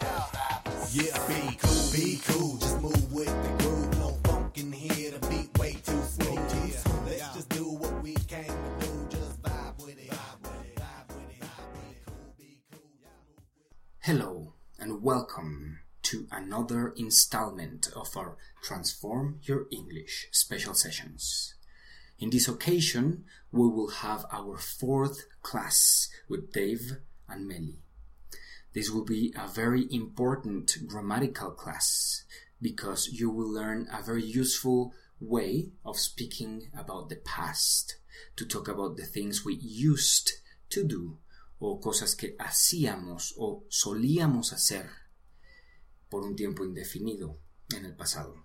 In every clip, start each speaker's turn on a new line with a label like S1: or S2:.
S1: Yeah, be cool, be cool, just move with the groove. No funk in here, the beat way too smooth. Yeah, let's just do what we came to do, just vibe with it. Vibe with it, vibe with it, vibe with it. Cool, be cool, yeah.
S2: Hello and welcome to another installment of our Transform Your English special sessions. In this occasion, we will have our fourth class with Dave and Melly. This will be a very important grammatical class because you will learn a very useful way of speaking about the past, to talk about the things we used to do o cosas que hacíamos o solíamos hacer por un tiempo indefinido en el pasado.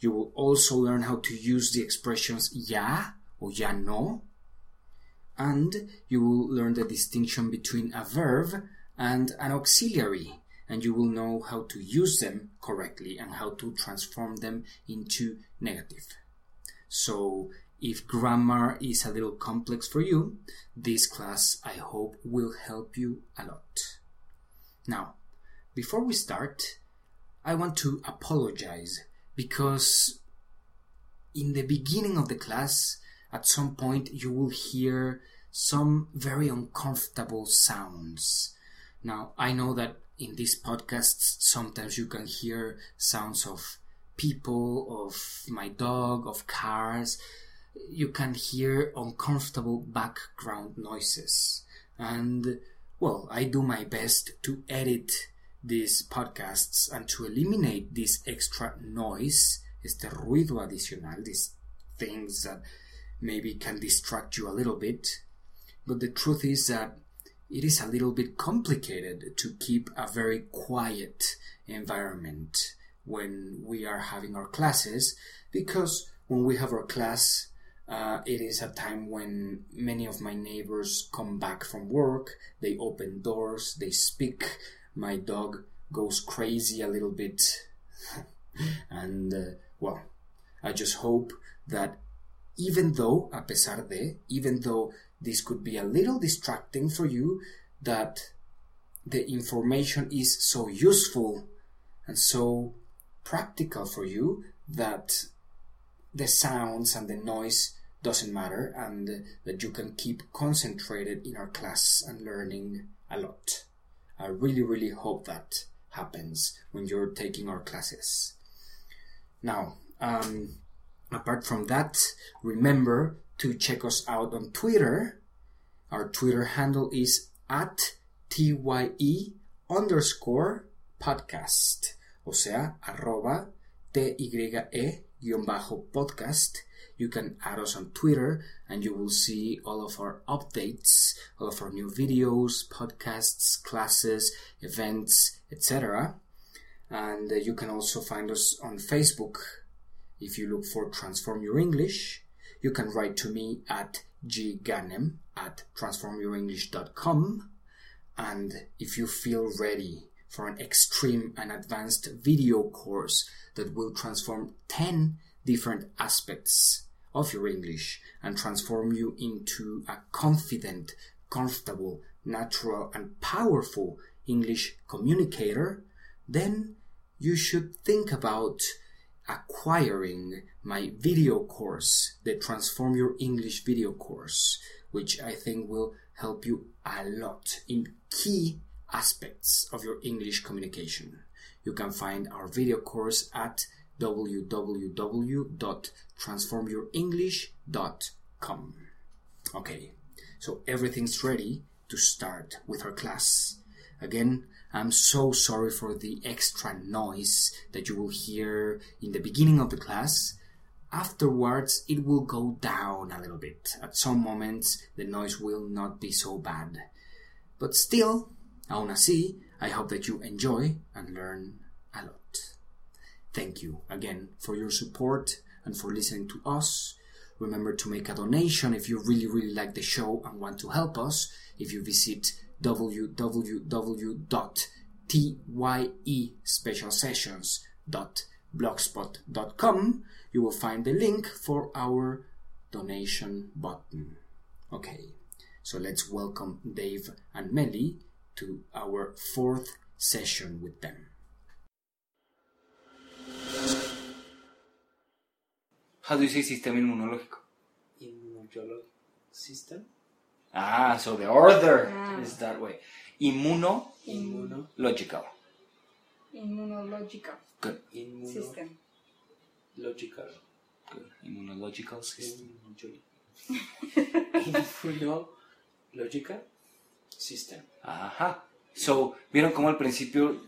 S2: You will also learn how to use the expressions ya o ya no and you will learn the distinction between a verb and an auxiliary, and you will know how to use them correctly and how to transform them into negative. So, if grammar is a little complex for you, this class I hope will help you a lot. Now, before we start, I want to apologize because in the beginning of the class, at some point you will hear some very uncomfortable sounds. Now, I know that in these podcasts, sometimes you can hear sounds of people, of my dog, of cars. You can hear uncomfortable background noises. And, well, I do my best to edit these podcasts and to eliminate this extra noise, este ruido adicional, these things that maybe can distract you a little bit. But the truth is that it is a little bit complicated to keep a very quiet environment when we are having our classes because when we have our class, uh, it is a time when many of my neighbors come back from work, they open doors, they speak. My dog goes crazy a little bit. and, uh, well, I just hope that even though, a pesar de, even though this could be a little distracting for you, that the information is so useful and so practical for you that the sounds and the noise doesn't matter and that you can keep concentrated in our class and learning a lot. I really, really hope that happens when you're taking our classes. Now, um, apart from that, remember to check us out on Twitter. Our Twitter handle is at TYE underscore podcast, o sea, arroba TYE guión bajo podcast. You can add us on Twitter and you will see all of our updates, all of our new videos, podcasts, classes, events, etc. And uh, you can also find us on Facebook if you look for Transform Your English. You can write to me at gganem at transformyourenglish.com. And if you feel ready for an extreme and advanced video course that will transform 10 different aspects of your English and transform you into a confident, comfortable, natural, and powerful English communicator, then you should think about acquiring my video course, the Transform Your English video course, which I think will help you a lot in key aspects of your English communication. You can find our video course at www.transformyourenglish.com. Okay, so everything's ready to start with our class. Again, I'm so sorry for the extra noise that you will hear in the beginning of the class. Afterwards, it will go down a little bit. At some moments, the noise will not be so bad. But still, aún así, I hope that you enjoy and learn a lot. Thank you again for your support and for listening to us.
S3: Remember to make a donation if you really, really like the show and want to help us. If you visit e www.tyespecialsessions.blogspot.com, you will find the link for our donation button. Okay, so let's welcome Dave and Melly to our fourth session with them. How do you say system immunological?
S4: immunological system,
S3: Ah, so the order
S5: Ah.
S3: is that way. Immunological.
S4: immuno,
S5: Immunological
S3: Good.
S4: immunological,
S5: system.
S3: Good. Immunological system.
S4: immunological, immunological system.
S3: Ajá. So, ¿vieron cómo al principio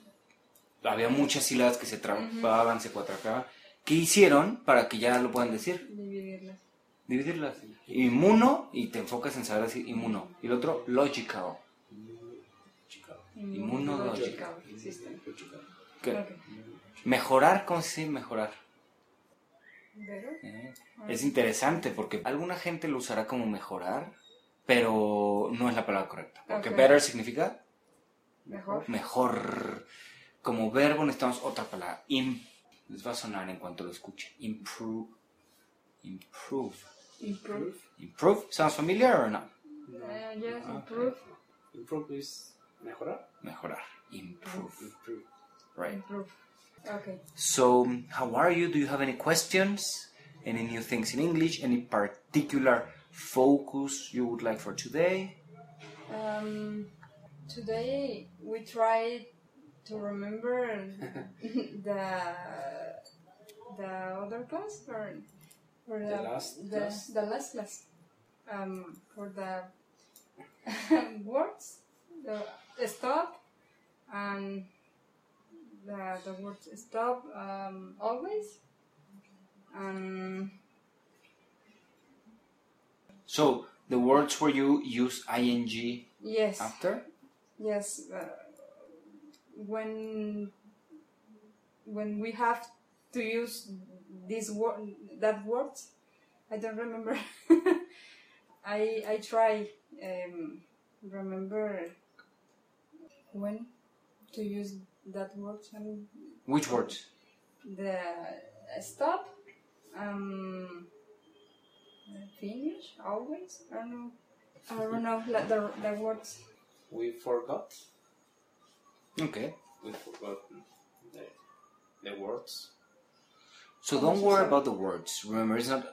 S3: había muchas sílabas que se trababan, se cuatracaban? ¿Qué hicieron para que ya lo puedan decir?
S5: Dividirlas.
S3: Dividirlas. Inmuno y te enfocas en saber decir inmuno. Y el otro, logical.
S4: Immunological,
S3: Immunological
S5: system.
S4: immunological,
S3: Good.
S5: Ok.
S3: Mejorar, ¿cómo se dice mejorar?
S5: ¿Dedos?
S3: Eh, Es interesante porque alguna gente lo usará como mejorar, pero no es la palabra correcta. Porque
S5: Ok.
S3: better significa
S5: Mejor.
S3: mejor. Como verbo necesitamos otra palabra. Im- les va a sonar en cuanto lo escuchen. Improve. Improve.
S5: Improve.
S3: Improve. Sounds familiar or not?
S4: no,
S5: Ah, yes,
S3: Ah,
S5: improve.
S4: improve is mejorar,
S3: Mejorar. Improve.
S4: improve.
S3: Right.
S5: Improve. Ok.
S3: So, how are you? Do you have any questions? Any new things in English? Any particular focus you would like for today?
S5: Um, today we tried to remember the the other class or, or
S4: The last
S5: the,
S4: class?
S5: the last class um, for the um, words the stop and the the words stop um, always Um, and
S3: So, the words where you use ing
S5: yes.
S3: after?
S5: Yes, uh, when when we have to use this word, that word, I don't remember. I I try um, remember when to use that word. I mean,
S3: Which words?
S5: the stop, um, finish always. I don't know. I don't know like the the words.
S4: We forgot,
S3: Okay.
S4: we forgot the, the words.
S3: So
S5: How much
S3: don't
S5: is
S3: worry
S5: that?
S3: about the words. Remember, it's not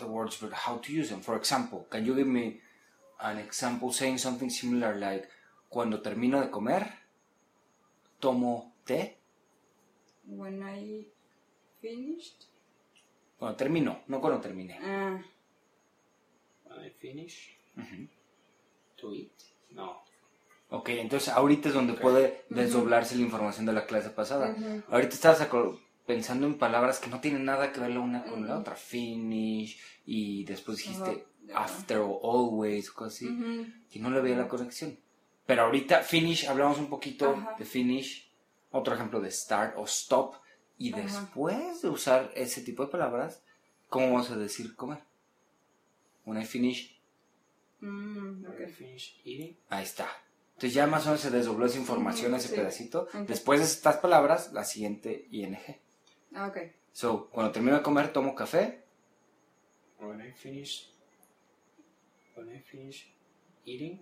S3: the words, but how to use them. For example, can you give me an example saying something similar like cuando termino de comer, tomo té?
S5: when I finished.
S3: Cuando termino, no cuando termine.
S5: Uh,
S4: When I finish
S3: Ujú.
S4: to eat, no,
S3: Ok, entonces ahorita es donde puede desdoblarse la información de la clase pasada. Ahorita estabas aco- pensando en palabras que no tienen nada que ver la una con la
S5: Ujú.
S3: otra. Finish y después dijiste
S5: Ajá.
S3: after o always o cosas así.
S5: ujú.
S3: y no le veía la conexión. Pero ahorita finish, hablamos un poquito
S5: Ajá.
S3: de finish, otro ejemplo de start o stop, y
S5: Ajá.
S3: después de usar ese tipo de palabras, ¿cómo vamos a decir comer? When I finish,
S5: Mm,
S4: when
S5: okay.
S4: I finish eating,
S3: ahí está. Entonces ya más o menos se desdobló esa información,
S5: Ujú,
S3: ese
S5: Mm, sí.
S3: pedacito.
S5: Ujú.
S3: Después de estas palabras, la siguiente ING.
S5: Ah, okay.
S3: So, cuando termino de comer, tomo café,
S4: when I finish, when I finish eating,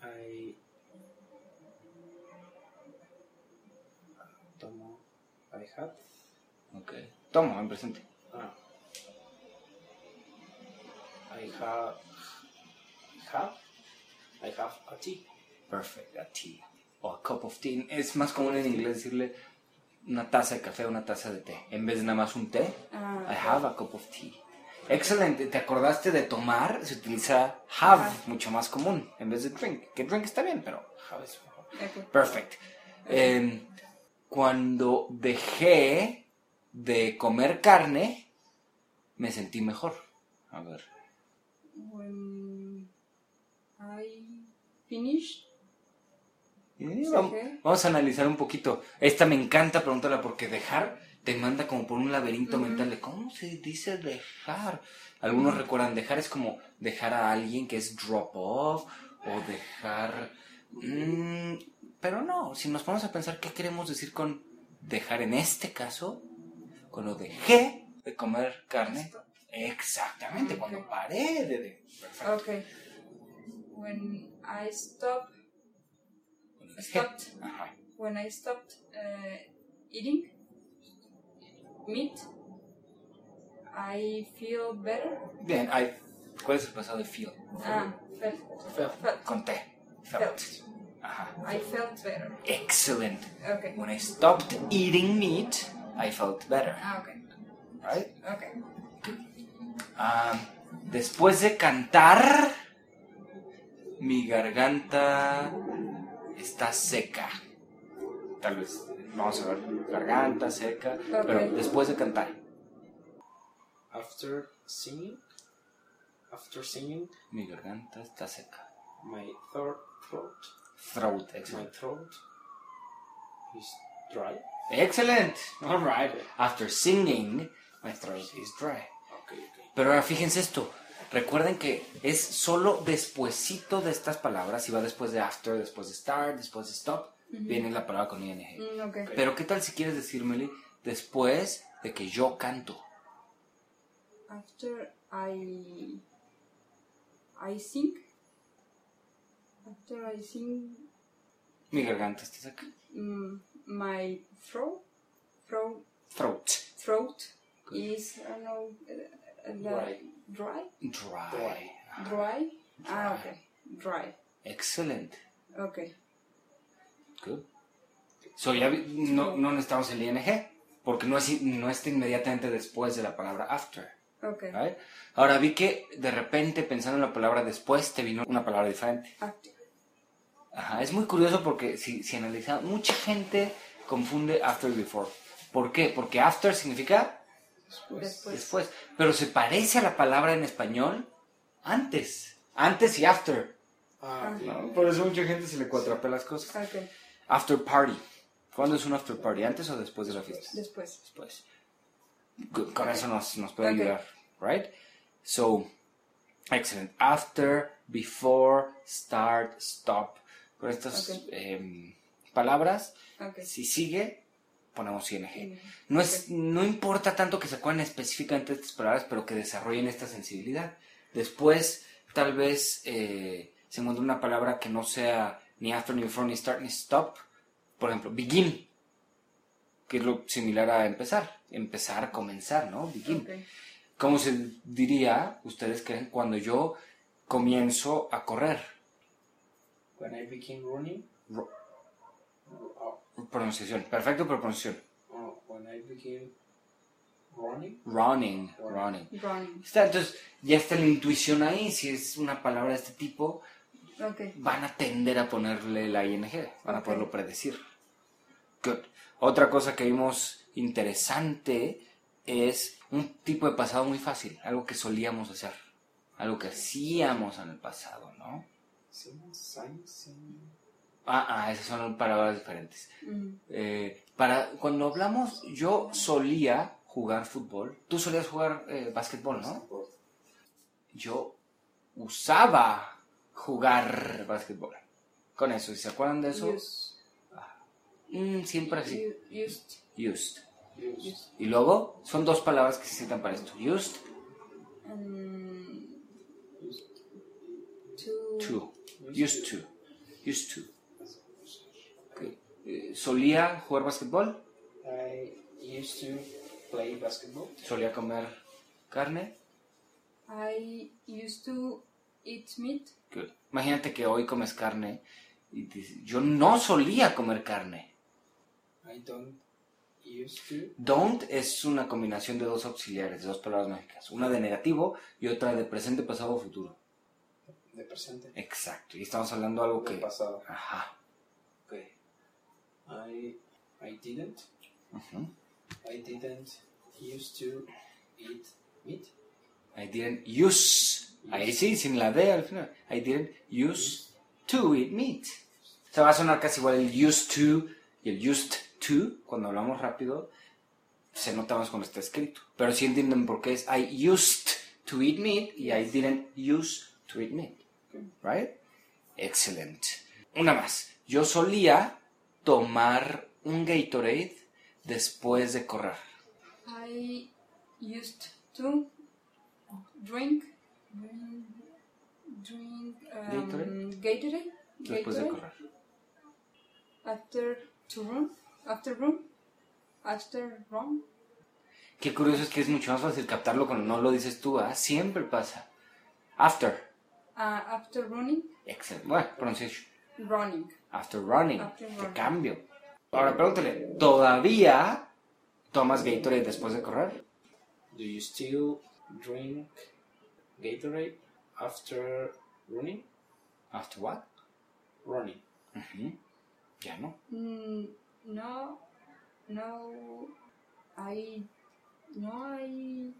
S4: I tomo, I have,
S3: tomo en presente.
S4: ah, I have, have, I have a tea,
S3: Perfect, a tea. O a cup of tea. Es más común en inglés decirle una taza de café, una taza de té. En vez de nada más un té,
S5: Ah,
S3: I have a cup of tea. Excelente, te acordaste de tomar, se utiliza have,
S5: Ajá.
S3: mucho más común, en vez de drink. Que drink está bien, pero
S4: have is for-
S5: okay.
S3: perfect. Em, cuando dejé de comer carne, me sentí mejor. A ver.
S5: When I finished.
S3: Eh, vam- Vamos a analizar un poquito. Esta me encanta preguntarla porque dejar te manda como por un laberinto
S5: Ujú.
S3: mental de cómo se dice dejar. Algunos recuerdan dejar es como dejar a alguien que es drop off o dejar... mm, pero no, si nos ponemos a pensar qué queremos decir con dejar en este caso, cuando dejé de comer carne, exactamente, cuando
S5: Ok.
S3: paré de... de- perfecto.
S5: Okay. When I stopped,
S3: Cuando dejé.
S5: stopped
S3: Ajá.
S5: when I stopped uh, eating meat, I feel better.
S3: Bien, I- ¿cuál es el pasado de feel?
S5: Ah, felt, felt,
S3: Con T. Felt.
S5: Felt.
S3: Ajá.
S5: I felt better.
S3: Excellent.
S5: Okay.
S3: When I stopped eating meat, I felt better.
S5: Ah, okay.
S3: Right?
S5: Okay.
S3: Ah, después de cantar, mi garganta está seca. Tal vez, vamos a ver, garganta seca, pero
S5: Ok.
S3: después de cantar.
S4: After singing, after singing,
S3: Mi garganta está seca.
S4: my third throat,
S3: Throat,
S4: my
S3: excellent.
S4: throat is dry.
S3: Excellent.
S4: All right.
S3: After singing, my throat is dry.
S4: Okay, okay.
S3: Pero ahora fíjense esto. Recuerden que es solo despuesito de estas palabras. Si va después de after, después de start, después de stop, viene la palabra con ing.
S5: Mm, okay.
S3: Pero qué tal si quieres decírmele después de que yo canto.
S5: After I I sing. After I sing,
S3: Mi garganta está seca.
S5: mm, my throat throat
S3: Throat.
S5: throat
S3: Good.
S5: is I don't know uh, uh,
S4: Dry.
S5: dry
S3: Dry.
S4: Dry.
S5: dry ah
S3: Dry.
S5: okay dry
S3: Excellent.
S5: okay
S3: Good. So ya vi- no, no necesitamos el ing porque no, es, no está inmediatamente después de la palabra after.
S5: okay
S3: ¿vale? Ahora vi que de repente pensando en la palabra después te vino una palabra diferente.
S5: after
S3: Ajá, es muy curioso porque si, si analiza, mucha gente confunde after y before. ¿Por qué? Porque after significa
S5: después
S3: después, pero se parece a la palabra en español antes. Antes y after.
S4: Ah, okay.
S3: Por eso mucha gente se le cuatrapea las cosas.
S5: okay
S3: After party. ¿Cuándo es un after party? ¿Antes o después de la fiesta?
S5: después
S3: Después. Good, Con eso nos, nos puede
S5: Ok.
S3: ayudar, right? So, excellent. After, before, start, stop. Con estas
S5: Ok.
S3: em, palabras
S5: okay
S3: si sigue, ponemos ING.
S5: Mm,
S3: No, es, no importa tanto que se acuerden específicamente de estas palabras, pero que desarrollen esta sensibilidad. Después, tal vez eh, se encuentre una palabra que no sea ni after, ni before, ni start, ni stop. Por ejemplo, begin, que es lo similar a empezar. Empezar, comenzar, ¿no? Begin.
S5: okay
S3: ¿Cómo se diría, ustedes creen, cuando yo comienzo a correr?
S4: When I begin running,
S3: Ro-
S4: oh,
S3: pronunciación, perfecto, pero pronunciación.
S4: oh, when I begin running,
S3: Running, running.
S5: running
S3: Está, entonces, ya está la intuición ahí. Si es una palabra de este tipo,
S5: okay
S3: van a tender a ponerle la ing, van a
S5: Ok.
S3: poderlo predecir. Good. Otra cosa que vimos interesante es un tipo de pasado muy fácil, algo que solíamos hacer, algo que hacíamos en el pasado, ¿no?
S4: sing, sing, sing.
S3: Ah, ah, esas son palabras diferentes.
S5: mm,
S3: Eh, para cuando hablamos, yo solía jugar fútbol, tú solías jugar eh, básquetbol, ¿no? yo usaba jugar básquetbol. Con eso, ¿y ¿se acuerdan de eso?
S5: used
S3: Mm, siempre así.
S5: u- used
S3: Used.
S4: Use
S3: Y luego, son dos palabras que se citan para esto. Used
S5: um, to
S3: to. Used to. Used to. Ok. Eh, Solía jugar básquetbol,
S4: I used to play basketball.
S3: solía comer carne.
S5: I used to eat meat
S3: Good. Imagínate que hoy comes carne y dices, yo no solía comer carne.
S4: I don't used to
S3: Don't es una combinación de dos auxiliares, de dos palabras mágicas. Una de negativo y otra de presente, pasado o futuro.
S4: de presente.
S3: Exacto. Y estamos hablando de algo
S4: del
S3: que...
S4: pasado.
S3: Ajá.
S4: Okay. I I didn't
S3: Ujú.
S4: I didn't used to eat meat.
S3: I didn't use... Ahí sí, sin la D al final. I didn't use to eat meat. Se va a sonar casi igual el used to y el used to cuando hablamos rápido. se nota más cuando está escrito. Pero sí entienden por qué es I used to eat meat y I didn't use to eat meat. Right? Excellent. Una más. Yo solía tomar un Gatorade después de correr.
S5: I used to drink drink um, Gatorade?
S3: Gatorade?
S5: Gatorade
S3: Después de correr.
S5: after to run after run after run
S3: Qué curioso es que es mucho más fácil captarlo cuando no lo dices tú. ¿ah? Siempre pasa. After.
S5: uh, after running
S3: Excellent. Bueno, pronunciation.
S5: running
S3: After running.
S5: After
S3: Te
S5: running.
S3: cambio. Ahora pregúntale, ¿todavía tomas Gatorade después de correr?
S4: Do you still drink Gatorade after running?
S3: After what?
S4: Running.
S3: Ujú. Ya no.
S5: Mm, no no I no I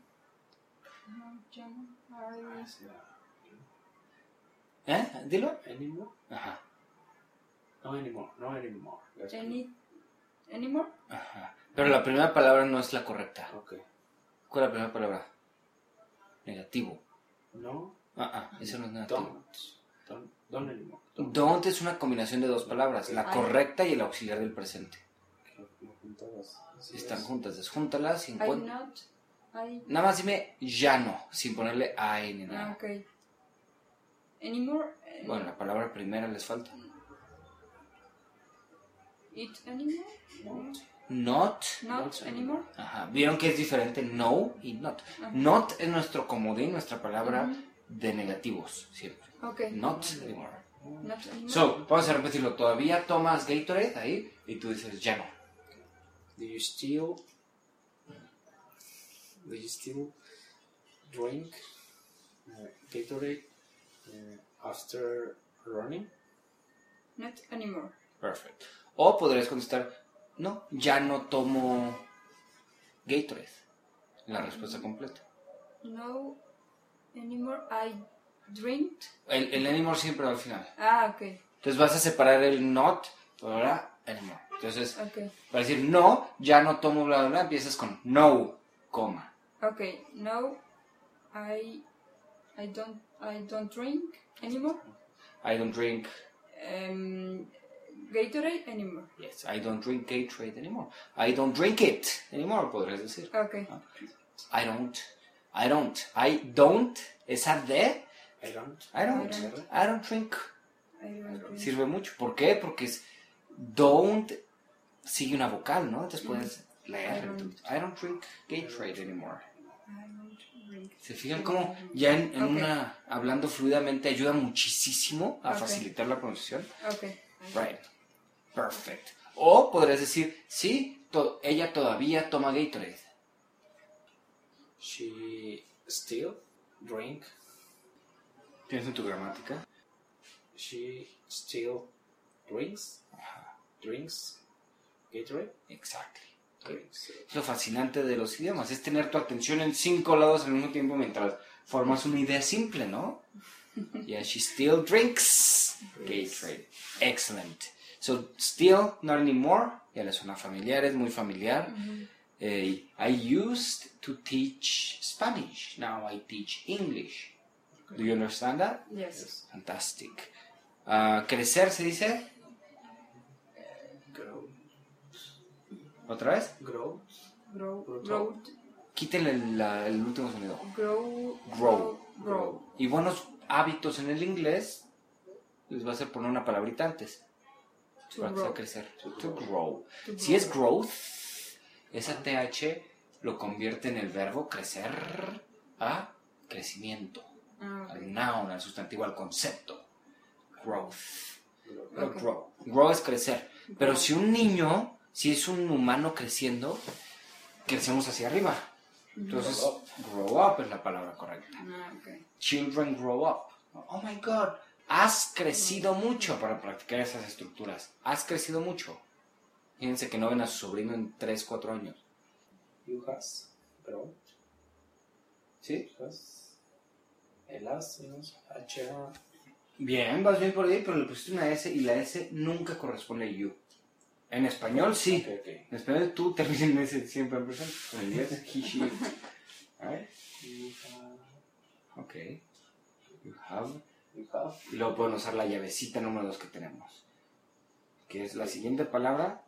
S5: no John, I
S3: ¿Eh? Dilo.
S4: Anymore?
S3: Ajá.
S4: No anymore. No anymore. That's
S5: any anymore
S3: Ajá. Pero la primera palabra no es la correcta.
S4: Okay.
S3: ¿Cuál es la primera palabra? Negativo.
S4: No.
S3: Ah, ah, eso no es negativo.
S4: Don't. Don't. Don't anymore. Don't.
S3: Don't es una combinación de dos palabras, la
S5: Ay.
S3: correcta y el auxiliar del presente.
S4: Lo- lo juntabas. Así
S3: Están
S4: es.
S3: juntas, desjúntalas y
S5: I
S3: encuentra.
S5: not I
S3: Nada más dime ya no, sin ponerle ay ni
S5: ah,
S3: nada.
S5: okay anymore eh,
S3: Bueno, la palabra primera les falta.
S5: it anymore
S4: Not.
S3: Not.
S5: not anymore
S3: Ajá. ¿Vieron que es diferente no y not? Not es nuestro comodín, nuestra palabra de negativos, siempre.
S5: okay
S3: Not anymore.
S5: not anymore
S3: So, vamos a repetirlo. Todavía tomas Gatorade ahí y tú dices ya no.
S4: Do you still? Do you still drink uh, Gatorade uh, after running?
S5: not anymore
S3: Perfect. O podrías contestar, no, ya no tomo Gatorade. La respuesta completa.
S5: No anymore. I drink.
S3: El, el anymore siempre va al final.
S5: Ah, okay,
S3: Entonces vas a separar el not por ahora anymore. Entonces,
S5: okay,
S3: para decir no, ya no tomo bla bla bla, empiezas con no, coma.
S5: okay. No, I, I don't, I don't drink anymore.
S3: I don't drink,
S5: Um, Gatorade anymore.
S3: yes, I don't drink Gatorade anymore. I don't drink it anymore, podrías decir.
S5: Okay,
S3: I don't, I don't, I don't, esa de,
S4: I don't.
S3: I don't, I don't drink.
S5: I don't drink.
S3: Sirve mucho. ¿Por qué? Porque es don't sigue una vocal, ¿no? Después la R.
S5: don't.
S3: I don't drink Gatorade anymore.
S5: I don't drink.
S3: ¿Se fijan cómo ya en, en
S5: Ok.
S3: una, hablando fluidamente, ayuda muchísimo a
S5: Ok.
S3: facilitar la pronunciación?
S5: Okay.
S3: Right. Perfect. O podrías decir, sí, to- ella todavía toma Gatorade.
S4: She still drink.
S3: Piensa en tu gramática.
S4: She still drinks. Drinks. Gatorade.
S3: Exactly.
S4: Drinks. uh,
S3: Es lo fascinante de los idiomas, es tener tu atención en cinco lados al mismo tiempo mientras formas una idea simple, ¿no? Yeah, she still drinks Gatorade. Excellent. So, still, not anymore. Ya le suena familiar, es muy familiar. Eh, I used to teach Spanish. Now I teach English. Do you understand that?
S5: Yes.
S3: Fantastic. Ah, crecer se dice.
S4: Grow.
S3: ¿Otra vez?
S4: Grow.
S5: Grow.
S4: Grow.
S5: Grow.
S3: Quítenle la- el último sonido.
S5: Grow.
S3: Grow.
S5: Grow.
S3: y buenos hábitos en el inglés, les va a hacer poner una palabrita antes.
S5: To
S3: para que sea
S5: grow.
S3: crecer. To,
S4: grow.
S3: grow.
S5: To
S3: Si
S5: grow.
S3: es growth, esa TH lo convierte en el verbo crecer a crecimiento,
S5: Ah, okay.
S3: al noun, al sustantivo, al concepto. Growth. No
S5: Ok.
S3: grow. Grow es crecer. Pero
S5: Grow.
S3: si un niño, si es un humano creciendo, crecemos hacia arriba. Entonces, grow up es la palabra correcta.
S5: Mm-hmm. Ah, okay.
S3: Children grow up. Oh my God. Has crecido mucho para practicar esas estructuras. Has crecido mucho. Fíjense que no ven a su sobrino en 3, 4 años.
S4: You has. Grow.
S3: ¿Sí?
S4: Has. El has. el has, H.
S3: Bien, vas bien por ahí, pero le pusiste una S y la S nunca corresponde a you. En español sí.
S4: Ok, ok.
S3: En español tú terminas en ese siempre en presente. En inglés, he, she. A ver. Ok. You have.
S4: You have
S3: Y luego pueden usar la llavecita número 2 que tenemos. Que es la siguiente palabra.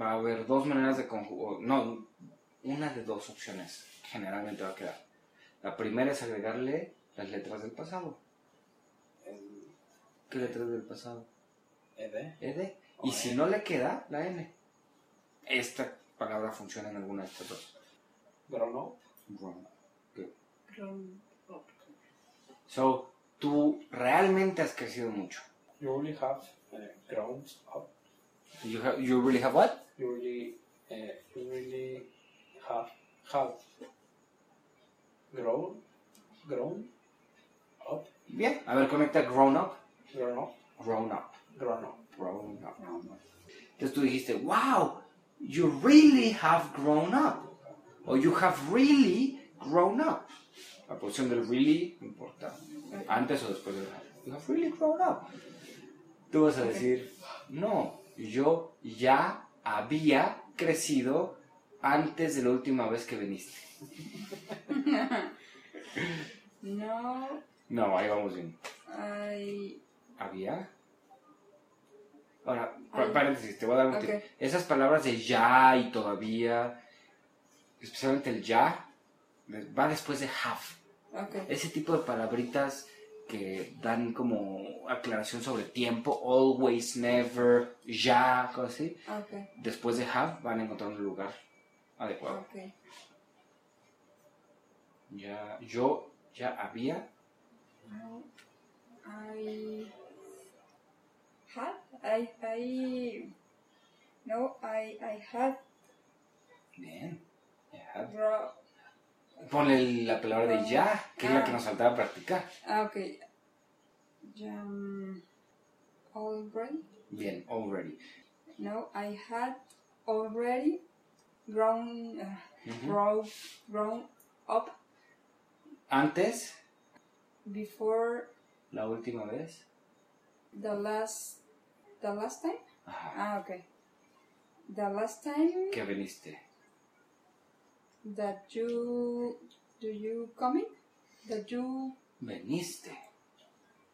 S3: Va a haber dos maneras de conjugar. No, una de dos opciones. Generalmente va a quedar. La primera es agregarle las letras del pasado.
S4: el
S3: ¿Qué letras del pasado?
S4: ED.
S3: ED. E, Y
S4: Ok.
S3: si no le queda, la N. Esta palabra funciona en alguna de estas dos.
S4: Grown up.
S3: Wrong.
S5: Grown up.
S3: So, tú realmente has crecido mucho.
S4: You really have uh, grown up.
S3: You, have- you really have what?
S4: You really, uh, you really have have grown, grown up,
S3: Bien. A ver, conecta grown up.
S4: grown up,
S3: Grown up.
S4: grown up.
S3: grown up. Entonces tú dijiste, wow, you really have grown up. O you have really grown up. La posición del really no importa. Antes o después del You have really grown up. Tú vas a decir, no, yo ya había crecido antes de la última vez que viniste.
S5: No,
S3: No, ahí vamos bien.
S5: I.
S3: Había. Ahora, pa-
S5: Ay.
S3: paréntesis, te voy a dar un tip.
S5: Ok.
S3: Esas palabras de ya y todavía, especialmente el ya, va después de have.
S5: Ok.
S3: Ese tipo de palabritas que dan como aclaración sobre tiempo, always, never, ya, cosas así.
S5: Ok.
S3: Después de have van a encontrar un lugar adecuado.
S5: Ok.
S3: Ya, yo ya había.
S5: No, I. Had? I. I. No, I. I had
S3: Bien. ya have.
S5: grow.
S3: Ponle la palabra de ya, que es la que nos faltaba practicar.
S5: Ah, ok. Um, already?
S3: Bien, already.
S5: No, I had already grown, uh,
S3: Ujú.
S5: grow, grown up
S3: Antes,
S5: before
S3: la última vez.
S5: the last, the last time.
S3: Ajá.
S5: Ah, okay. The last time
S3: Que viniste.
S5: that you, do you coming? That you
S3: Veniste.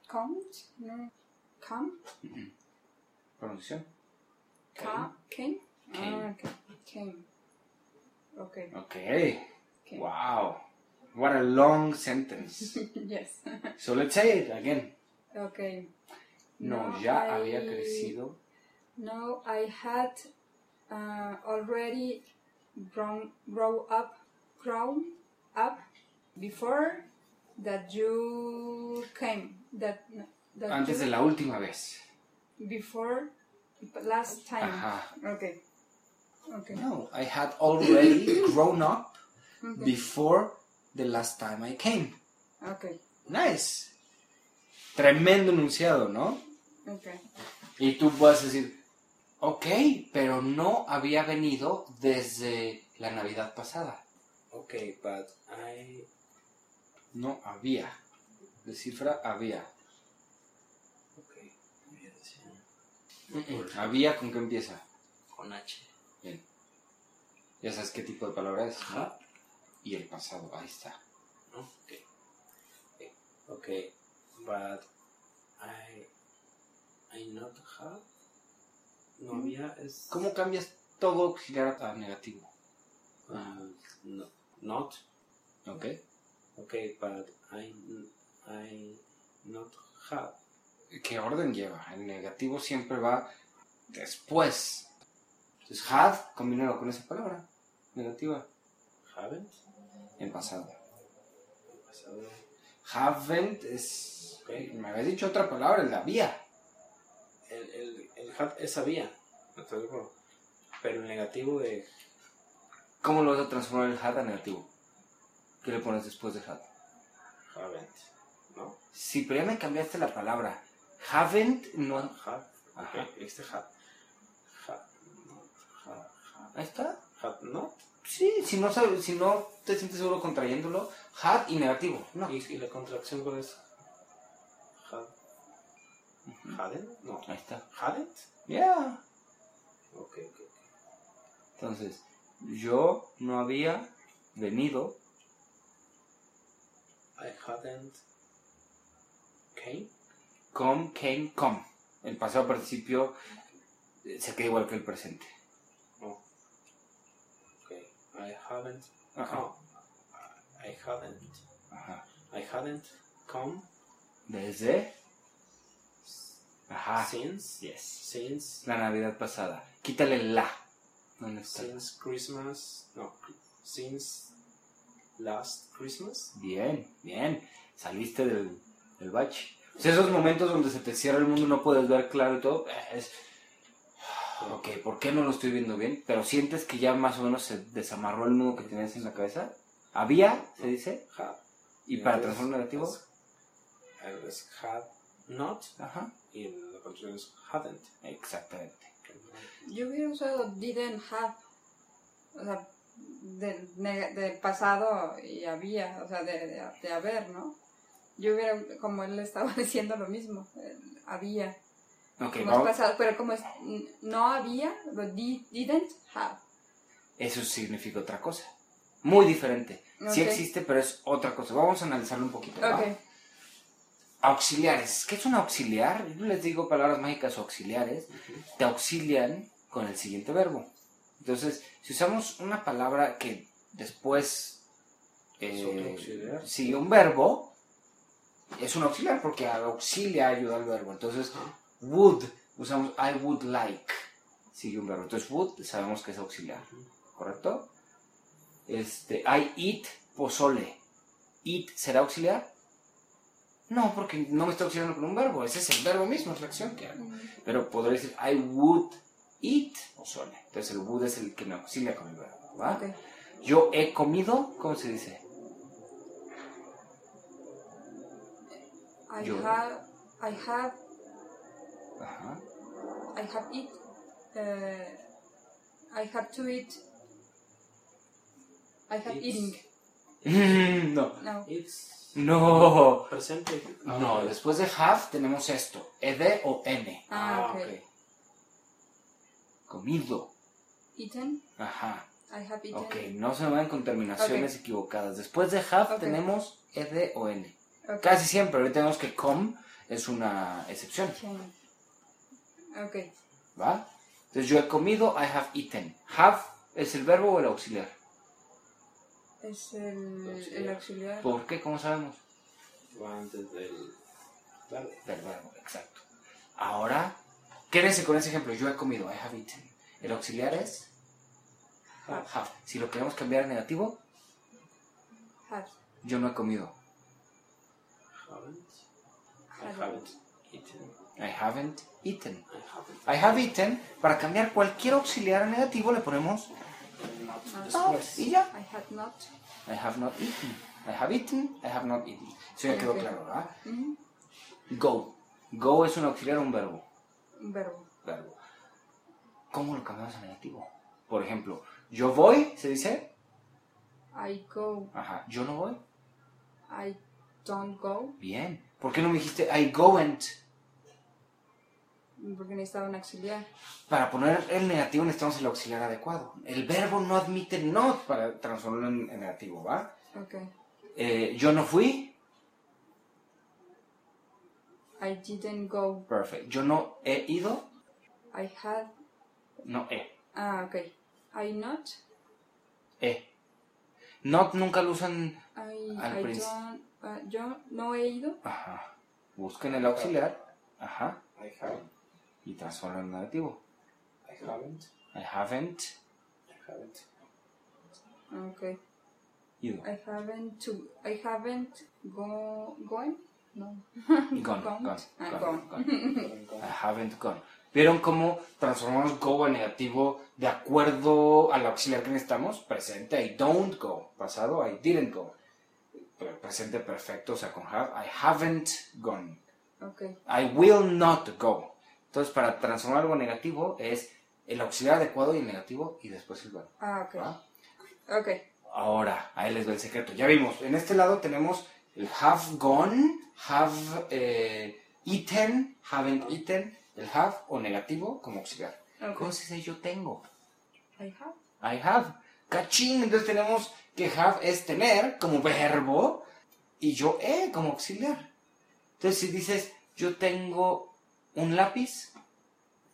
S5: come? No, come,
S3: Pronunciación.
S5: come, came. Ah,
S3: Came.
S5: okay, came. Ah, Okay.
S3: Ok.
S5: Okay.
S3: Wow. What a long sentence.
S5: yes.
S3: so let's say it again.
S5: Okay.
S3: No,
S5: No,
S3: ya
S5: I-
S3: había crecido.
S5: No, I had uh, already grown, grow up, grown up before that you came. That that
S3: Antes de
S5: you,
S3: la última vez.
S5: before last time.
S3: Ajá.
S5: Okay. Okay.
S3: No, I had already grown up
S5: Okay.
S3: before the last time I came.
S5: Okay.
S3: Nice. Tremendo enunciado, ¿no?
S5: Okay.
S3: Y tú vas a decir, ok, pero no había venido desde la Navidad pasada. Ok, but I... No había. De cifra había.
S6: Ok.
S3: Mm-mm. Había con qué empieza.
S6: Con H.
S3: Ya sabes qué tipo de palabra es. ¿no?
S6: Ajá.
S3: Y el pasado, ahí está.
S6: ¿no? Ok. Ok. But I. I not have. Novia es.
S3: ¿Cómo cambias todo auxiliar a negativo?
S6: Ah, no, not.
S3: ¿Ok?
S6: Ok, but I. I not have.
S3: ¿Qué orden lleva? El negativo siempre va después. Entonces, had, combinado con esa palabra. Negativa.
S6: Haven't.
S3: En pasado.
S6: Pasado.
S3: Haven't es.
S6: Ok.
S3: Me habías dicho otra palabra, el había.
S6: El, el, el have es había. Estoy de acuerdo. Pero el negativo de.
S3: ¿Cómo lo vas a transformar el had a negativo? ¿Qué le pones después de had?
S6: Haven't. ¿No?
S3: Si pero ya me cambiaste la palabra. Haven't no.
S6: Have.
S3: Ajá.
S6: Ok, este have. Have. Not. Have.
S3: Ahí está.
S6: Have not.
S3: Sí, si no, sabes- si no te sientes seguro contrayéndolo, had y negativo. No.
S6: ¿Y, y la contracción cuál es? Had. ¿Hadn't? No.
S3: Mm-hmm. Ahí está.
S6: ¿Hadn't?
S3: Yeah.
S6: Ok, ok.
S3: Entonces, yo no había venido.
S6: I hadn't came.
S3: Come, came, come. El pasado participio eh, se queda igual que el presente.
S6: Okay. I haven't
S3: Ajá.
S6: come. I haven't.
S3: Ajá.
S6: I hadn't come
S3: Desde. Ajá.
S6: since
S3: Ah, Yes.
S6: since
S3: La Navidad pasada. Quítale la. ¿Dónde está?
S6: since Christmas. No, cri- since last Christmas.
S3: Bien, bien. Saliste del, del bache. O sea, esos momentos donde se te cierra el mundo y no puedes ver claro y todo. eh, Es... Ok, ¿por qué no lo estoy viendo bien? Pero sientes que ya más o menos se desamarró el nudo que tenías en la cabeza. Había, se dice.
S6: Had.
S3: Y para
S6: Entonces,
S3: transformar negativo.
S6: es- el es had not
S3: Ajá.
S6: y el contrario es hadn't.
S3: Exactamente.
S5: Yo hubiera usado didn't have. O sea, del, neg- del pasado y había, o sea, de, de, de haber, ¿no? Yo hubiera, como él estaba diciendo lo mismo, el había.
S3: Ok,
S5: como es
S3: vamos.
S5: pasado, pero como es, no había, lo di- didn't have.
S3: Eso significa otra cosa. Muy diferente. Sí
S5: Ok.
S3: existe, pero es otra cosa. Vamos a analizarlo un poquito. ¿va?
S5: Ok,
S3: Auxiliares. ¿Qué es un auxiliar? Yo les digo palabras mágicas o auxiliares. Te auxilian con el siguiente verbo. Entonces, si usamos una palabra que después... eh,
S4: Eh,
S6: ¿Es otro auxiliar?
S3: sigue un verbo, es un auxiliar porque auxilia ayuda al verbo. Entonces, would, usamos I would like, sigue un verbo. Entonces, would sabemos que es auxiliar, ¿correcto? Este, I eat pozole. ¿Eat será auxiliar? No, porque no me está auxiliando con un verbo. Ese es el verbo mismo, es la acción que hago. Pero podría decir I would eat pozole. Entonces el would es el que me auxilia con el verbo, ¿va?
S5: ok.
S3: Yo he comido, ¿cómo se dice?
S5: I
S3: Yo-
S5: have, I have,
S3: Ajá.
S5: I have eat. eh, I have to eat. I have
S6: Eats.
S5: eating.
S3: no,
S5: No.
S6: It's
S3: no,
S6: presente.
S3: no. Después de have tenemos esto, ed o n.
S5: Ah, ok.
S3: Comido.
S5: Eaten.
S3: Ajá.
S5: I have eaten.
S3: Ok, no se me vayan con terminaciones equivocadas. Después de have
S5: Ok.
S3: tenemos ed o n.
S5: Ok.
S3: Casi siempre. Ahorita tenemos que com es una excepción.
S5: Can. Okay.
S3: ¿Va? Entonces yo he comido, I have eaten. Have es el verbo o el auxiliar.
S5: Es el,
S6: Auxiliar.
S5: el auxiliar.
S3: ¿Por qué? ¿Cómo sabemos?
S6: Va antes del verbo.
S3: Del verbo, exacto. Ahora, quédense con ese ejemplo. Yo he comido, I have eaten. El auxiliar es
S5: Have.
S3: have. Si lo queremos cambiar a negativo,
S5: Have.
S3: yo no he comido.
S6: Haven't. I
S5: Haven't.
S6: haven't eaten.
S3: I haven't eaten.
S6: I haven't.
S3: I have eaten, para cambiar cualquier auxiliar a negativo le ponemos
S6: Not
S3: out
S6: después.
S3: y ya.
S5: Ah, pues, I had not.
S3: I have not eaten. I have eaten, I have not eaten. Eso ya quedó
S5: Ok.
S3: claro, ¿verdad?
S5: Ujú.
S3: Go. Go es un auxiliar a un verbo.
S5: Un verbo.
S3: verbo. ¿Cómo lo cambiamos a negativo? Por ejemplo, yo voy, se dice,
S5: I go.
S3: ajá, yo no voy.
S5: I don't go.
S3: Bien. ¿Por qué no me dijiste I goent?
S5: Porque necesitaba un auxiliar.
S3: Para poner el negativo necesitamos el auxiliar adecuado. El verbo no admite not para transformarlo en, en negativo, ¿va?
S5: Okay.
S3: Eh, yo no fui,
S5: I didn't go.
S3: perfect. Yo no he ido,
S5: I had.
S3: no eh, he.
S5: Ah, okay. I not.
S3: He. Not eh. nunca lo usan,
S5: I,
S3: Al
S5: I
S3: princ-
S5: don't. ah, yo no he ido.
S3: ajá. Busquen el auxiliar, ajá,
S6: I haven't.
S3: y transforman en negativo.
S6: I haven't.
S3: I haven't
S6: I haven't.
S5: Okay.
S3: ido.
S5: I haven't to. I haven't go going. No.
S3: Gone, gone, gone,
S5: Ah,
S3: gone,
S5: gone.
S3: gone. I haven't gone. ¿Vieron cómo transformamos go a negativo de acuerdo al auxiliar que necesitamos? Presente, I don't go. Pasado, I didn't go. Pre- Presente perfecto, o sea, con have, I haven't gone.
S5: Okay.
S3: I will not go. Entonces, para transformar algo negativo es el auxiliar adecuado y el negativo y después el verbo.
S5: Ah, okay.
S3: ¿va?
S5: Okay.
S3: Ahora, ahí les ve el secreto. Ya vimos, en este lado tenemos el have gone, have eh, eaten, haven't eaten, el have o negativo como auxiliar. ¿Cómo
S5: Okay.
S3: se dice yo tengo?
S5: I have.
S3: I have. Caching. Entonces tenemos que have es tener como verbo y yo he como auxiliar. Entonces si dices yo tengo un lápiz,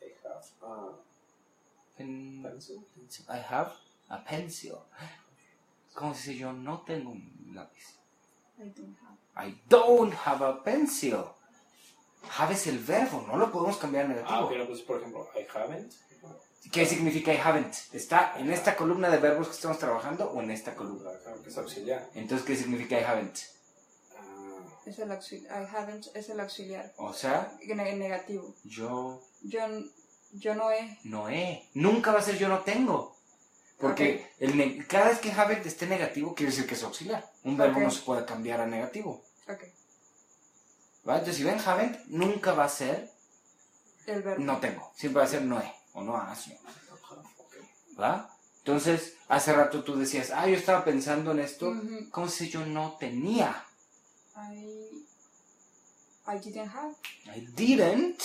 S4: I have a
S3: en-
S4: pencil.
S3: I have a pencil. ¿Cómo se dice yo no tengo un lápiz?
S5: I don't have.
S3: I don't have a pencil. Have es el verbo, no lo podemos cambiar a negativo.
S4: Ah, ok, no, pues por ejemplo, I haven't.
S3: ¿Qué significa I haven't? ¿Está en esta columna de verbos que estamos trabajando o en esta columna?
S4: La que es auxiliar.
S3: Entonces, ¿qué significa I haven't?
S4: Ah,
S5: Es el auxiliar. I haven't es el auxiliar.
S3: O sea,
S5: Ne- negativo.
S3: yo
S5: Yo, n- yo no he.
S3: no he. Nunca va a ser yo no tengo. Porque el ne- cada vez que haven't esté negativo, quiere decir que es auxiliar. Un verbo
S5: Ok.
S3: no se puede cambiar a negativo.
S5: Ok.
S3: ¿va? Entonces, si ven haven't, nunca va a ser
S5: El verbo.
S3: no tengo. Siempre va a ser no he o no has.
S4: ok.
S3: ¿Va? Entonces, hace rato tú decías, ah, yo estaba pensando en esto.
S5: Mhm.
S3: ¿Cómo si yo no tenía?
S5: I, I didn't have.
S3: I didn't.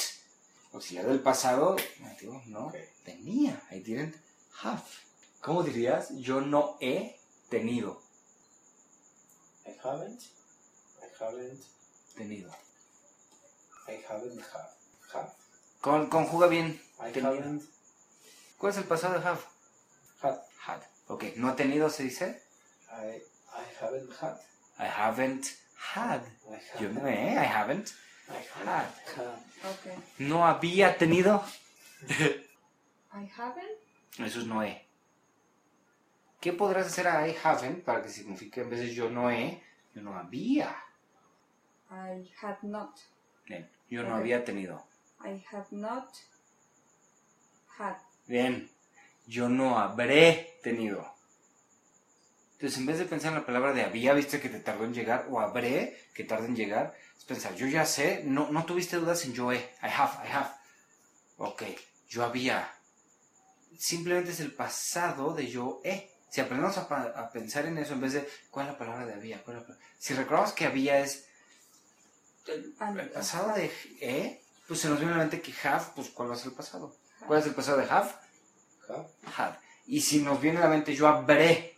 S3: Auxiliar del pasado, negativo, no
S4: Ok.
S3: tenía. I didn't have. ¿Cómo dirías? Yo no he tenido.
S4: I haven't. I haven't.
S3: Tenido.
S4: I haven't have. Have.
S3: Con, conjuga bien.
S4: I
S3: Tenido.
S4: haven't
S3: ¿Cuál es el pasado de have?
S4: had.
S3: Had. Ok, no he tenido se dice.
S4: I, I haven't had.
S3: I haven't had.
S4: I
S3: Yo
S4: haven't.
S3: no he, I haven't.
S4: I haven't had.
S5: Okay.
S3: No había tenido.
S5: I haven't.
S3: Eso es no he. ¿Qué podrás hacer a I haven't para que signifique en vez de yo no he, yo no había?
S5: I had not.
S3: Bien, yo no
S5: Ok.
S3: había tenido.
S5: I have not had.
S3: Bien, yo no habré tenido. Entonces, en vez de pensar en la palabra de había, viste que te tardó en llegar, o habré, que tarda en llegar, es pensar, yo ya sé, no, no tuviste dudas en yo he, I have, I have. Ok, yo había. Simplemente es el pasado de yo he. Si aprendemos a, pa- a pensar en eso, en vez de, ¿cuál es la palabra de había? ¿Cuál es la pa- si recordamos que había es
S5: And,
S3: el pasado de he, pues se nos viene a la mente que have, pues ¿cuál va a ser el pasado? ¿Cuál es el pasado de have?
S4: Have.
S3: had. Y si nos viene a la mente yo habré,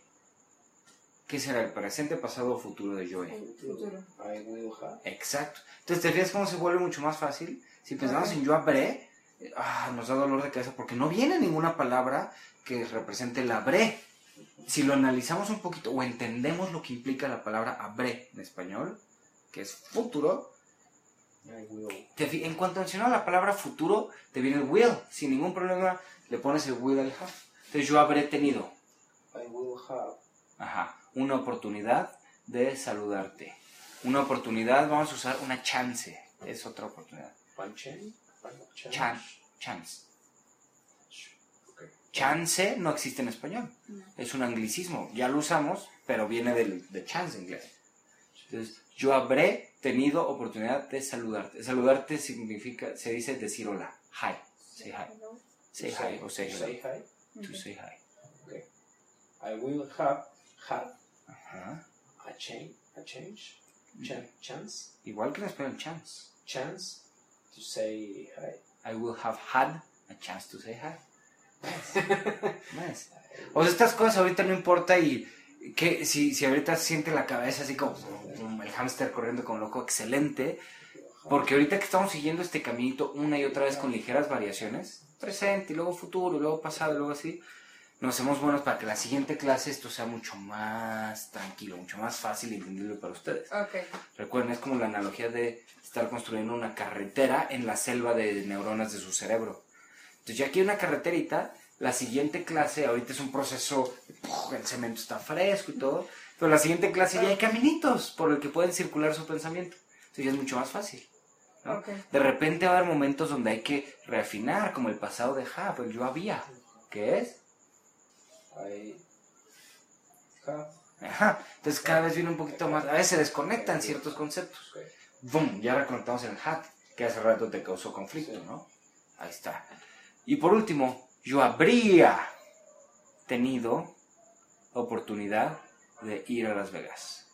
S3: ¿qué será el presente, pasado o futuro de yo? he?
S5: El futuro.
S4: I will have.
S3: Exacto. Entonces, ¿te fijas cómo se vuelve mucho más fácil? Si pensamos en yo habré, eh, ah, nos da dolor de cabeza porque no viene ninguna palabra que represente el habré. Si lo analizamos un poquito o entendemos lo que implica la palabra habré en español, que es futuro,
S4: I will.
S3: te fi- en cuanto mencionas la palabra futuro, te viene el will. Sin ningún problema le pones el will al have. Entonces, yo habré tenido.
S4: I will have.
S3: Ajá, una oportunidad de saludarte. Una oportunidad, vamos a usar una chance. Es otra oportunidad.
S4: One chain. One chain.
S3: Chan, chance.
S4: Ok.
S3: Chance no existe en español.
S5: No.
S3: Es un anglicismo. Ya lo usamos, pero viene del, de chance en inglés. Entonces, yo habré tenido oportunidad de saludarte. Saludarte significa, se dice decir hola. Hi. Say hi.
S5: Hello.
S3: Say hi o say
S4: Say
S3: hi.
S4: hi.
S3: To
S5: Okay.
S3: say hi.
S4: I will have had
S3: Ajá.
S4: a change, a change,
S3: Mm.
S4: chan, chance,
S3: Igual que en español, chance.
S4: chance to say hi.
S3: I will have had a chance to say hi. Nice. O sea, estas cosas ahorita no importa y que si, si ahorita siente la cabeza así como, como el hámster corriendo con loco, excelente. Porque ahorita que estamos siguiendo este caminito una y otra vez con ligeras variaciones, presente y luego futuro, y luego pasado, y luego así, nos hacemos buenos para que la siguiente clase esto sea mucho más tranquilo, mucho más fácil y entendible para ustedes.
S5: Okay.
S3: Recuerden, es como la analogía de estar construyendo una carretera en la selva de neuronas de su cerebro. Entonces, ya aquí hay una carreterita, la siguiente clase, ahorita es un proceso, ¡puf! el cemento está fresco y todo, pero la siguiente clase ya hay caminitos por el que pueden circular su pensamiento. Entonces, ya es mucho más fácil. ¿no?
S5: Okay.
S3: De repente va a haber momentos donde hay que reafinar, como el pasado de Hub, el yo había, que es
S4: I have.
S3: Ajá. Entonces cada vez viene un poquito más. A veces se desconectan ciertos conceptos.
S4: Ok.
S3: Boom, ya reconectamos el hat, que hace rato te causó conflicto, ¿no? Ahí está. Y por último, yo habría tenido oportunidad de ir a Las Vegas.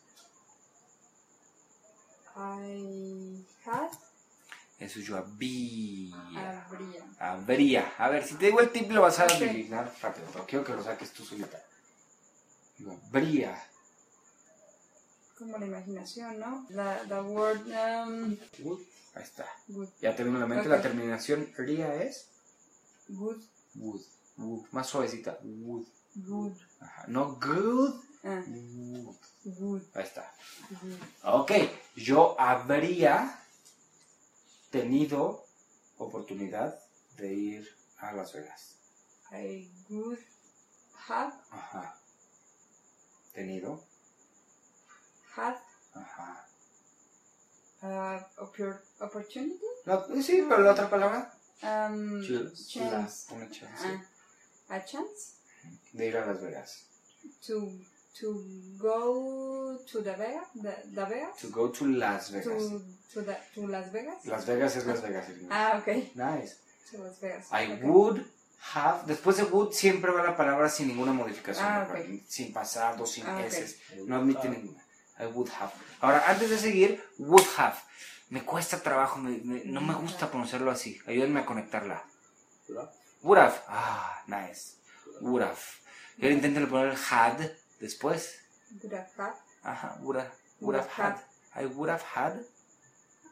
S5: I had
S3: En suyo había.
S5: Habría.
S3: Habría. A ver, si te digo el tip lo vas a
S5: Ah. Ok.
S3: adivinar rápido, pero quiero que lo saques tú solita. Digo, habría.
S5: Como la imaginación, ¿no? La, the word um,
S3: Good. Ahí está.
S5: good,
S3: Ya te vino a la mente la
S5: Ok.
S3: terminación ría es
S5: good,
S3: wood. Wood. Más suavecita. Wood.
S5: good,
S3: Ajá. No good.
S5: ah,
S3: Wood.
S5: good,
S3: Ahí está.
S5: good.
S3: Ok, yo habría tenido oportunidad de ir a Las Vegas.
S5: I would have
S3: Ajá. Tenido.
S5: had
S3: Ajá.
S5: uh, oppor- opportunity.
S3: No, sí, pero la otra palabra.
S5: Um,
S3: Chance.
S5: Chance.
S3: Una chance.
S5: ah, a chance
S3: De ir a Las Vegas.
S5: to to go to the Vegas, the, the Vegas,
S3: To go to Las Vegas.
S5: to to the, to Las Vegas.
S3: Las Vegas es Las Vegas.
S5: Ah, okay.
S3: Nice.
S5: To Las Vegas.
S3: I
S5: okay.
S3: would have. Después de would siempre va la palabra sin ninguna modificación.
S5: Ah,
S3: ¿no? Sin pasado, sin
S5: Ah, ok.
S3: S. No admite ninguna. I would have. Ahora, antes de seguir, would have. Me cuesta trabajo, me- me- no me gusta pronunciarlo así. Ayúdenme a conectarla. Would have. Ah, nice. Would have. Y ahora intenten poner had después.
S5: Would have had.
S3: Ajá, would have, would have had. I would have had.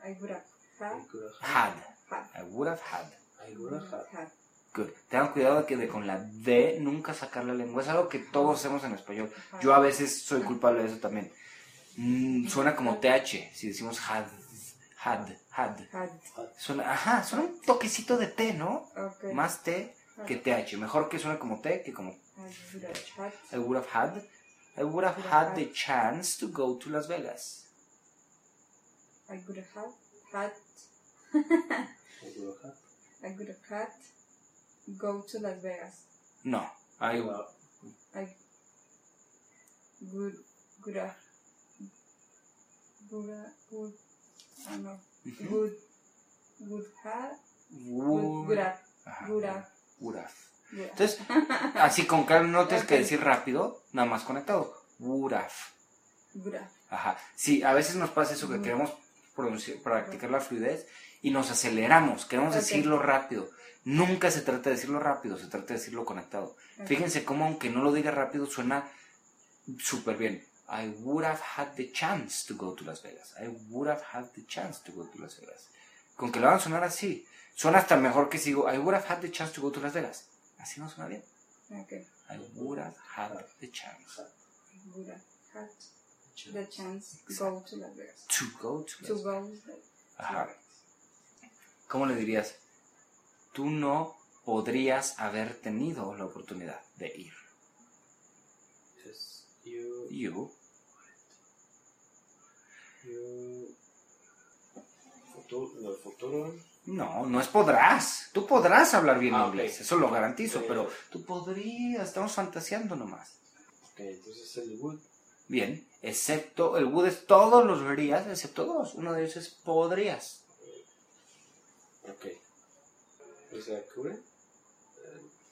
S5: I would have had.
S3: Had.
S5: Had.
S3: I would have had. Mm.
S5: had.
S3: Good. Tengan cuidado de que de con la D nunca sacar la lengua. Es algo que todos hacemos en español.
S5: had.
S3: Yo a veces soy culpable de eso también. Mm, suena como TH, si decimos had, had, had.
S5: had.
S3: Suena, ajá, suena un toquecito de T, ¿no?
S5: Okay.
S3: Más T que TH. Mejor que suene como T que como
S5: I would have had.
S3: I would have had. I would have had the chance to go to Las Vegas.
S5: I would have had. I would have had. Go to Las Vegas.
S3: No. I
S5: Good. Good. uh, Good. uh, Good. I don't know. Good. Good have. Good. Good
S3: Mm-hmm. would. Ah,
S5: have.
S3: ajá,
S5: Would have.
S3: would have.
S5: Good have.
S3: Entonces, así con calma, no tienes que
S5: Ok.
S3: decir rápido, nada más conectado. Would have.
S5: Good have.
S3: Ajá. Sí, a veces nos pasa eso que
S5: Ujú.
S3: queremos producir- practicar la fluidez y nos aceleramos, queremos
S5: Ok.
S3: decirlo rápido. Nunca se trata de decirlo rápido, se trata de decirlo conectado.
S5: Ok.
S3: Fíjense cómo aunque no lo diga rápido suena súper bien. I would have had the chance to go to Las Vegas. I would have had the chance to go to Las Vegas. Con que lo hagan sonar así. Suena hasta mejor que si digo, I would have had the chance to go to Las Vegas. Así no suena bien.
S5: Okay.
S3: I would have had the chance
S5: Good have had. The chance go to Las Vegas.
S3: to go to Las
S5: To
S3: Vegas.
S5: go.
S3: Ajá. ¿Cómo le dirías? Tú no podrías haber tenido la oportunidad de ir.
S6: Yes, you,
S3: You
S6: you, futuro, lo del futuro,
S3: No, no es podrás. Tú podrás hablar bien
S6: Ah,
S3: inglés,
S6: ok.
S3: eso lo garantizo,
S6: Ok.
S3: pero tú podrías, estamos fantaseando nomás.
S6: ok, entonces el would,
S3: Bien, excepto, el wood es todos los verías, excepto dos. Uno de ellos es podrías.
S6: ok, is that cool?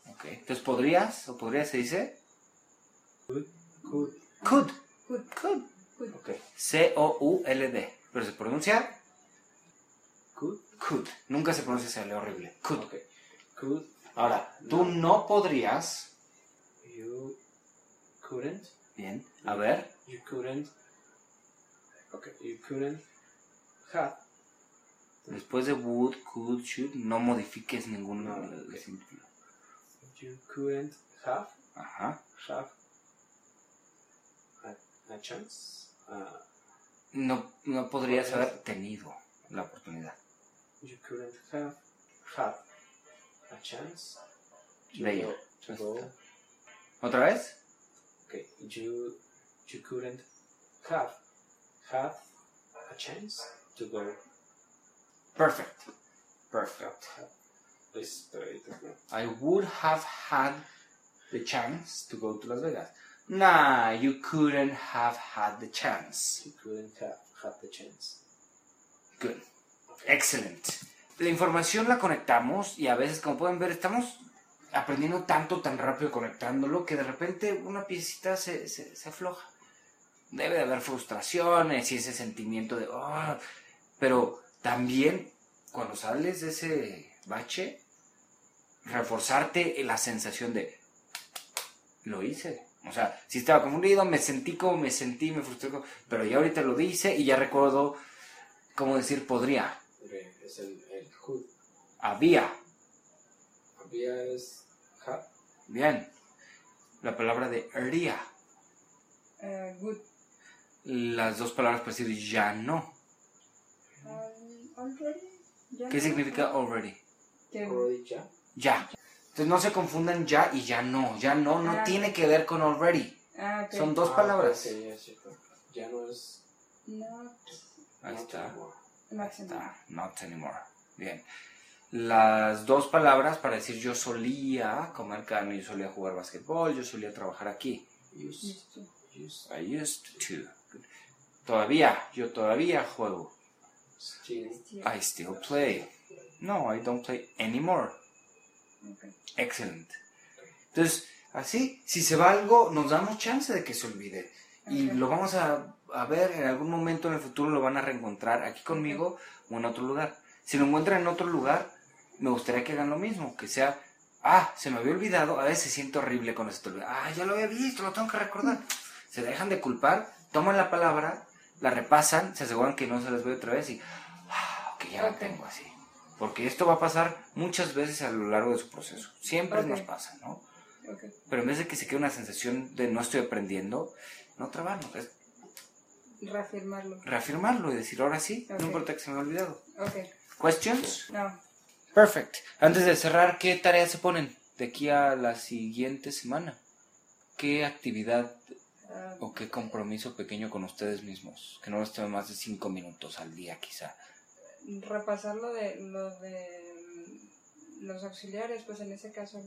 S3: Ok, entonces podrías, o podrías se dice
S6: Cool,
S3: could.
S5: Could.
S3: Could.
S5: Could.
S6: ok,
S3: C-O-U-L-D. Pero se pronuncia
S6: could,
S3: could. Nunca se pronuncia esa L horrible. Could.
S6: ok, could,
S3: Ahora, tú no podrías.
S6: you couldn't,
S3: Bien, a ver.
S6: you couldn't, ok, you couldn't have,
S3: Después de would, could, should, no modifiques ningún
S6: No,
S3: eh,
S6: ok.
S3: sentido.
S6: you couldn't have,
S3: Ajá.
S6: have a, a chance, uh,
S3: No, no podrías
S6: Podrías.
S3: haber tenido la oportunidad
S6: you couldn't have had a chance to
S3: de
S6: go,
S3: ir.
S6: to go.
S3: ¿Otra vez?
S6: Okay, you you couldn't have had a chance to go.
S3: Perfect. Perfect.
S6: Please try it again.
S3: I would have had the chance to go to Las Vegas. Nah, you couldn't have had the chance.
S6: You couldn't have had the chance.
S3: Good. Excellent. La información la conectamos y a veces, como pueden ver, estamos aprendiendo tanto, tan rápido conectándolo que de repente una piecita se, se, se afloja. Debe de haber frustraciones y ese sentimiento de, "Ah", pero también cuando sales de ese bache, reforzarte la sensación de lo hice. O sea, si estaba confundido, me sentí como me sentí, me frustré, como- pero ya ahorita lo hice y ya recuerdo cómo decir podría,
S6: Okay, es el, el hood.
S3: había,
S6: Había es had.
S3: bien. La palabra de haría,
S5: Uh, good.
S3: las dos palabras para decir ya no.
S5: Um, already? Ya
S3: ¿Qué
S5: no.
S3: significa already?
S5: Que-
S6: Already ya.
S3: Ya. Entonces no se confundan ya y ya no. Ya no, no
S5: Ah.
S3: tiene que ver con already.
S5: ah, ok.
S3: Son dos
S6: Ah,
S3: palabras.
S6: ok, ya, sí, claro. Ya no es.
S5: Not
S3: Ahí
S6: no
S3: está.
S6: tengo.
S5: maximum.
S3: Está. Not anymore. Bien. Las dos palabras para decir yo solía comer carne, yo solía jugar basquetbol, yo solía trabajar aquí.
S6: Use.
S5: Used to.
S6: Use.
S3: I used to. Todavía, yo todavía juego.
S6: Still.
S5: Still.
S3: I still play. No, I don't play anymore.
S5: Ok.
S3: Excellent. Entonces, así, si se va algo, nos damos chance de que se olvide. Y
S5: Ok.
S3: lo vamos a, a ver en algún momento en el futuro, lo van a reencontrar aquí conmigo o en otro lugar. Si lo encuentran en otro lugar, me gustaría que hagan lo mismo, que sea, ah, se me había olvidado, a veces siento horrible con esto. Ah, ya lo había visto, lo tengo que recordar. Se dejan de culpar, toman la palabra, la repasan, se aseguran que no se les ve otra vez y, ah, ok, ya
S5: Ok.
S3: la tengo así. Porque esto va a pasar muchas veces a lo largo de su proceso. Siempre
S5: Ok.
S3: nos pasa, ¿no?
S5: Ok.
S3: Pero en vez de que se quede una sensación de no estoy aprendiendo, no trabarnos, es
S5: Reafirmarlo.
S3: reafirmarlo y decir ahora sí,
S5: Ok.
S3: no importa que se me haya olvidado.
S5: Ok.
S3: ¿Questions?
S5: No.
S3: Perfect. Antes de cerrar, ¿qué tareas se ponen de aquí a la siguiente semana? ¿Qué actividad
S5: Ah,
S3: o qué compromiso pequeño con ustedes mismos? Que no les tome más de cinco minutos al día, quizá.
S5: repasar lo de, lo de mm, los auxiliares, pues en ese caso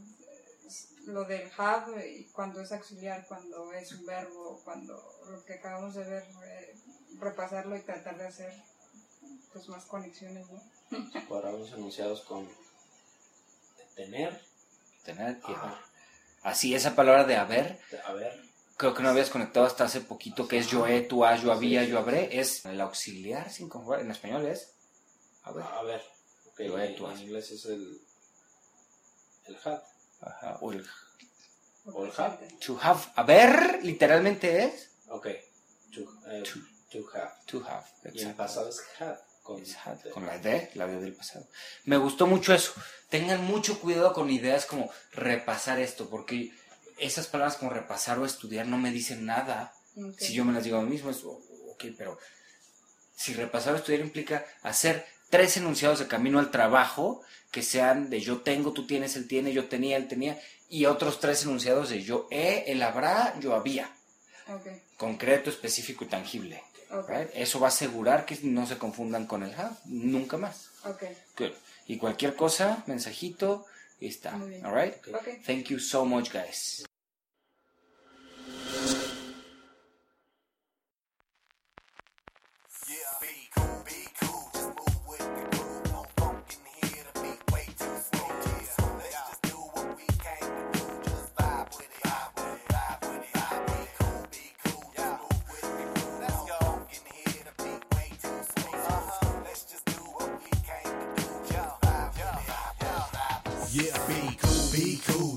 S5: es lo del have, eh, cuando es auxiliar, cuando es un verbo, cuando lo que acabamos de ver, eh, repasarlo y tratar de hacer pues más conexiones, ¿no?
S6: Palabras anunciados con tener.
S3: Tener que-
S6: Ah,
S3: Así, esa palabra de haber,
S6: a ver.
S3: creo que no habías conectado hasta hace poquito, que es yo he, tú has, yo
S6: Sí,
S3: había,
S6: sí,
S3: yo habré, es el auxiliar sin conjugar. En español es
S6: A ver. A ver. Ok,
S3: Lo
S6: en,
S3: de tu as-
S6: en inglés es el. El had.
S3: Ajá, o el
S6: O el have.
S3: to have. A ver, literalmente es
S6: Ok. To, eh,
S3: To.
S6: to have.
S3: to have.
S6: Y en
S3: exacto.
S6: pasado es had. Con,
S3: Es had, con la D, la D del pasado. Me gustó mucho eso. Tengan mucho cuidado con ideas como repasar esto, porque esas palabras como repasar o estudiar no me dicen nada.
S5: Ok.
S3: Si yo me las digo a mí mismo, es o- ok, pero si repasar o estudiar implica hacer tres enunciados de camino al trabajo que sean de yo tengo, tú tienes, él tiene, yo tenía, él tenía, y otros tres enunciados de yo he, él habrá, yo había.
S5: Ok,
S3: concreto, específico y tangible.
S5: ok,
S3: right? Eso va a asegurar que no se confundan con el hub, nunca más.
S5: ok,
S3: Good. Y cualquier cosa, mensajito, y está.
S5: Muy bien.
S3: All right?
S5: ok.
S3: Thank you so much, guys.
S1: Yeah, be cool, be cool, just move with the groove. No funk in here, the beat way too smooth. Yeah, let's just do what we came to do. Just vibe with it, vibe with it, vibe with it. Yeah, be cool, be cool, just move with the groove. No funk in here, the beat way too smooth. Let's just do what we came to do. Just vibe with it, vibe with it, vibe with it. Yeah, be cool, be cool,